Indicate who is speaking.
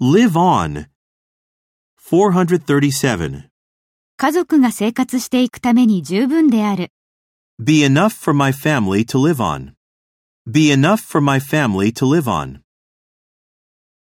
Speaker 1: Live on. 437.
Speaker 2: 家族が生活していくために十分である。
Speaker 1: Be enough for my family to live on. Be enough for my family to live on.